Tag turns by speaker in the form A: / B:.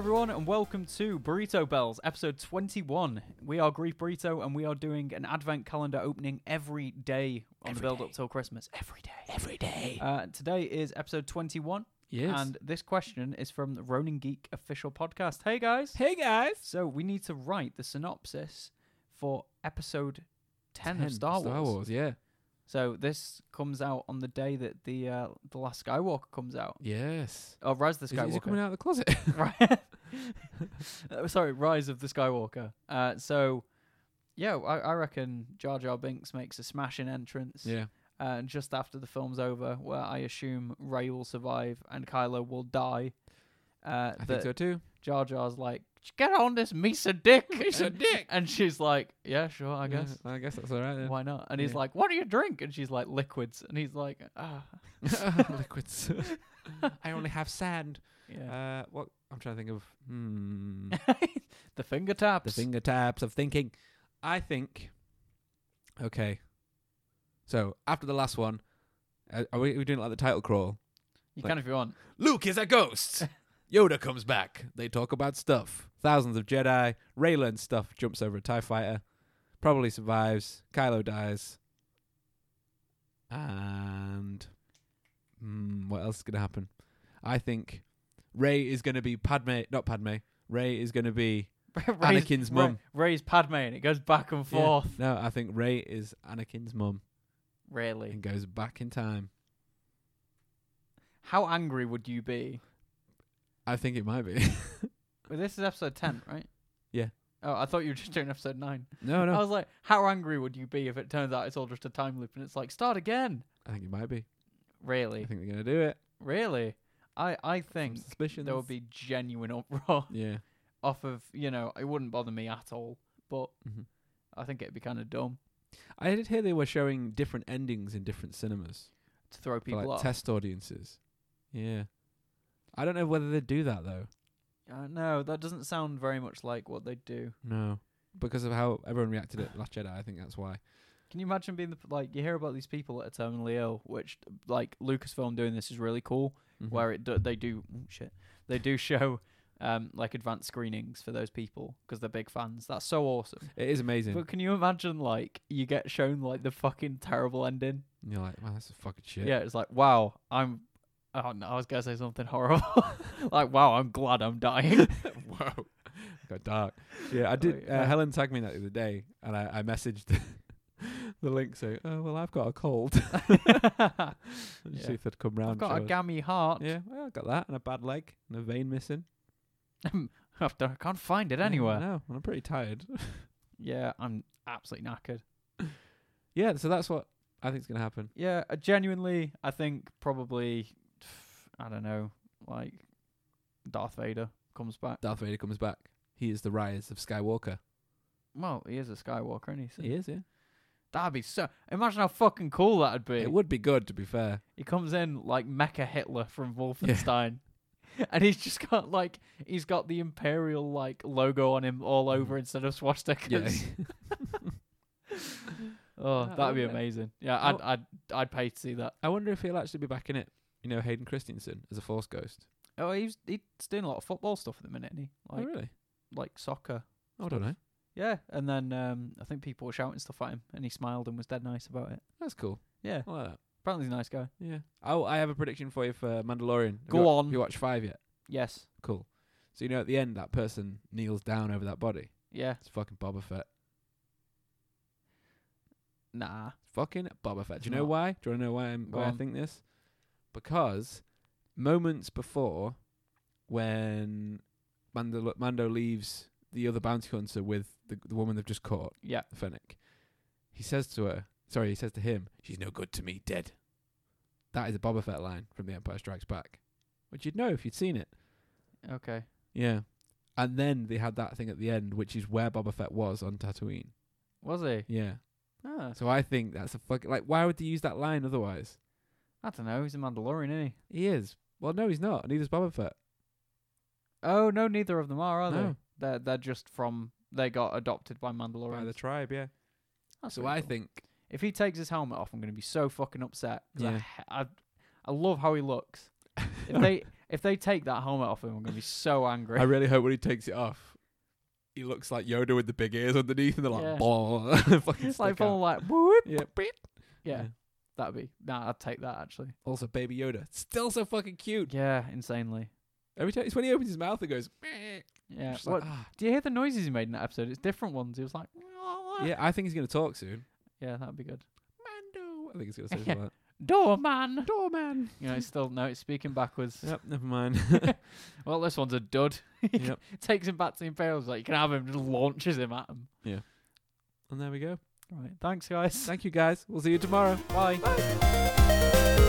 A: welcome to Burrito Bells, episode 21. We are Grief Burrito, and we are doing an advent calendar opening every day on the
B: Every
A: build up
B: day.
A: till Christmas. Every day.
B: Every day.
A: Uh, today is episode 21,
B: yes.
A: and this question is from the Ronin Geek official podcast. Hey, guys.
B: hey guys.
A: So, we need to write the synopsis for episode 10, of Star Wars.
B: Star Wars. Yeah.
A: So, this comes out on the day that the uh, the last Skywalker comes out.
B: Yes.
A: Oh, Rise of
B: Is
A: the
B: it, is it
A: Skywalker.
B: coming out of the closet?
A: Right. Uh, Sorry, Rise of the Skywalker. Uh, so, yeah, I, I reckon Jar Jar Binks makes a smashing entrance.
B: yeah.
A: Uh, just after the film's over, where I assume Ray will survive and Kylo will die. Uh,
B: I think
A: that
B: so too.
A: Jar Jar's like, get on this Misa dick.
B: Misa dick.
A: and she's like, yeah, sure, I guess.
B: I guess that's all right then.
A: Why not? And he's
B: Yeah.
A: like, what do you drink? And she's like, liquids. And he's like, ah.
B: Liquids. I only have sand.
A: Yeah.
B: Uh, what? I'm trying to think of. Hmm.
A: the finger taps.
B: the fingertips of thinking. I think. Okay. So after the last one, uh, are, we, are we doing like the title crawl?
A: you
B: like-
A: can if you want.
B: Luke is a ghost. Yoda comes back. They talk about stuff. Thousands of Jedi. Raylan stuff. Jumps over a Tie Fighter. Probably survives. Kylo dies. And Hmm, what else is gonna happen? I think Ray is gonna be Padme. Not Padme. Ray is gonna be
A: Ray's-
B: Anakin's
A: Ray-
B: mum.
A: Ray's Padme, and it goes back and forth.
B: No, I think Ray is Anakin's mum
A: Really?
B: and goes back in time.
A: How angry would you be?
B: I think it might be.
A: Well, this is episode 10, right?
B: Yeah.
A: Oh, I thought you were just doing episode 9.
B: no,
A: I
B: no,
A: was like, how angry would you be if it turns out it's all just a time loop and it's like, start again?
B: I think it might be. I
A: Really?
B: think they're gonna do it.
A: Really? I, I think
B: suspicion.
A: there would be genuine uproar
B: Yeah.
A: off of, you know, it wouldn't bother me at all, but
B: Mhm.
A: I think it'd be kind of dumb
B: I did hear they were showing different endings in different cinemas
A: to throw people
B: for like
A: off.
B: test audiences. Yeah. I don't know whether they do that though.
A: uh, no, that doesn't sound very much like what they do.
B: No. Because of how everyone reacted at Last Jedi, I think that's why.
A: Can you imagine being the, p- like you hear about these people that are terminally ill, which like Lucasfilm doing this is really cool,
B: Mhm.
A: where it do, they do oh, shit, they do show um like advanced screenings for those people because they're big fans. That's so awesome.
B: it is amazing.
A: But can you imagine like you get shown like the fucking terrible ending?
B: And you're like, wow, that's a fucking
A: Yeah,
B: shit.
A: it's like wow, I'm. Oh no, I was gonna say something horrible. like wow, I'm glad I'm dying.
B: Whoa. Got dark. Yeah, I did.
A: Oh, yeah.
B: Uh, Helen tagged me that the other day, and I, I messaged the link saying, "Oh well, I've got a cold."
A: I've Yeah.
B: See if they'd come round.
A: got a
B: show us.
A: gammy heart.
B: Yeah, well, I got that, and a bad leg, and a vein missing.
A: After I can't find it
B: Yeah, I
A: anywhere.
B: know, and I'm pretty tired.
A: Yeah, I'm absolutely knackered.
B: yeah, so that's what I think's gonna happen.
A: Yeah, uh, genuinely, I think probably, I don't know, like Darth Vader comes back.
B: Darth Vader comes back. He is the rise of Skywalker.
A: Well, he is a Skywalker, isn't he? So
B: is, yeah.
A: That'd be so. Imagine how fucking cool that'd be.
B: It would be good, to be fair.
A: he comes in like Mecha Hitler from Wolfenstein. And he's just got like he's got the imperial like logo on him all over instead of
B: Yeah,
A: swastikas. Oh,
B: Yeah, I
A: that'd be
B: wonder-
A: amazing. Yeah,
B: I
A: I'd,
B: w-
A: I'd I'd pay to see that.
B: I wonder if he'll actually be back in it. You know, Hayden Christensen as a Force ghost.
A: Oh, he's he's doing a lot of football stuff at the minute, isn't he? Like
B: oh, really?
A: like soccer.
B: I don't know.
A: Yeah, and then um, I think people were shouting stuff at him, and he smiled and was dead nice about it.
B: That's cool.
A: Yeah,
B: I like that.
A: apparently he's a nice guy.
B: Yeah. Oh, I have a prediction for you for Mandalorian. Have
A: Go
B: you wa-
A: on.
B: Have you watched five yet?
A: Yes,
B: Cool. So you know at the end that person kneels down over that body.
A: yeah,
B: It's fucking Boba Fett.
A: nah.
B: Fucking Boba Fett.
A: It's
B: Do you know
A: not.
B: why? Do you want to know why, I'm,
A: Go
B: why I
A: on.
B: think this? Because moments before, when Mando, Mando leaves the other bounty hunter with the, the woman they've just caught,
A: Yeah.
B: the Fennec, he says to her, sorry, he says to him, she's no good to me, dead. That is a Boba Fett line from The Empire Strikes Back, which you'd know if you'd seen it.
A: Okay.
B: Yeah. And then they had that thing at the end, which is where Boba Fett was on Tatooine.
A: Was he?
B: Yeah.
A: Ah,
B: So I think that's a fucking like. Why would they use that line otherwise?
A: I don't know. He's a Mandalorian, isn't he?
B: He is. Well, no, he's not. Neither's Boba Fett.
A: Oh no, neither of them are, are they?
B: No.
A: They're they're just from they got adopted by
B: By
A: Mandalorians.
B: the tribe, yeah.
A: That's
B: So
A: pretty
B: I
A: cool.
B: think
A: if he takes his helmet off, I'm going to be so fucking upset. 'cause I
B: Yeah.
A: h- I, I love how he looks. If they If they take that helmet off him, I'm gonna be so angry.
B: I really hope when he takes it off, he looks like Yoda with the big ears underneath, and they're like,
A: Yeah.
B: "Bah," fucking
A: it's like
B: stick out.
A: full like whoop.
B: Yeah.
A: beep. Yeah,
B: Yeah.
A: that'd be. Nah, I'd take that actually.
B: Also, Baby Yoda, still so fucking cute.
A: Yeah, insanely.
B: Every time it's when he opens his mouth, it goes. "Meh."
A: Yeah.
B: Just like,
A: What?
B: "Ah."
A: Do you hear the noises he made in that episode? It's different ones. He was like,
B: Yeah, I think he's gonna talk soon.
A: yeah, that'd be good.
B: Mando, I think he's gonna say
A: Yeah.
B: something like
A: Doorman.
B: that. Doorman.
A: You know, it's still no, it's speaking backwards.
B: Yep, never mind.
A: Well, this one's a dud.
B: yep,
A: Takes him back to the Imperials. Like you can have him. Just launches him at him.
B: and there we go.
A: Right. Thanks, guys.
B: Thank you guys. We'll see you tomorrow.
A: Bye.
B: Bye.